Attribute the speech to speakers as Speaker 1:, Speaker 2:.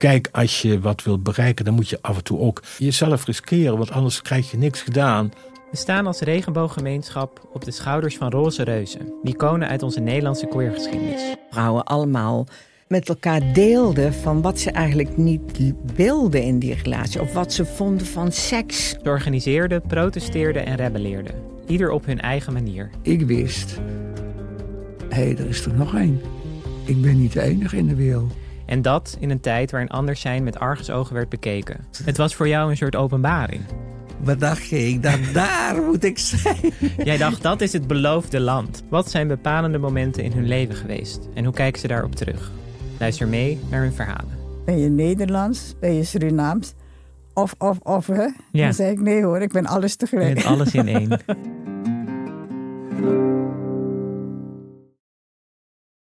Speaker 1: Kijk, als je wat wilt bereiken, dan moet je af en toe ook jezelf riskeren, want anders krijg je niks gedaan.
Speaker 2: We staan als regenbooggemeenschap op de schouders van roze reuzen, iconen uit onze Nederlandse queergeschiedenis.
Speaker 3: Vrouwen allemaal met elkaar deelden van wat ze eigenlijk niet wilden in die relatie, of wat ze vonden van seks.
Speaker 2: Ze organiseerden, protesteerden en rebelleerden, ieder op hun eigen manier.
Speaker 4: Ik wist, hé, hey, er is er nog één. Ik ben niet de enige in de wereld.
Speaker 2: En dat in een tijd waarin anders zijn met argusogen werd bekeken. Het was voor jou een soort openbaring.
Speaker 4: Wat dacht je? Ik dacht, daar moet ik zijn.
Speaker 2: Jij dacht, dat is het beloofde land. Wat zijn bepalende momenten in hun leven geweest? En hoe kijken ze daarop terug? Luister mee naar hun verhalen.
Speaker 5: Ben je Nederlands? Ben je Surinaams? Of, of, of, hè?
Speaker 2: Ja.
Speaker 5: Dan zei ik, nee hoor, ik ben alles tegelijk.
Speaker 2: Met alles in één.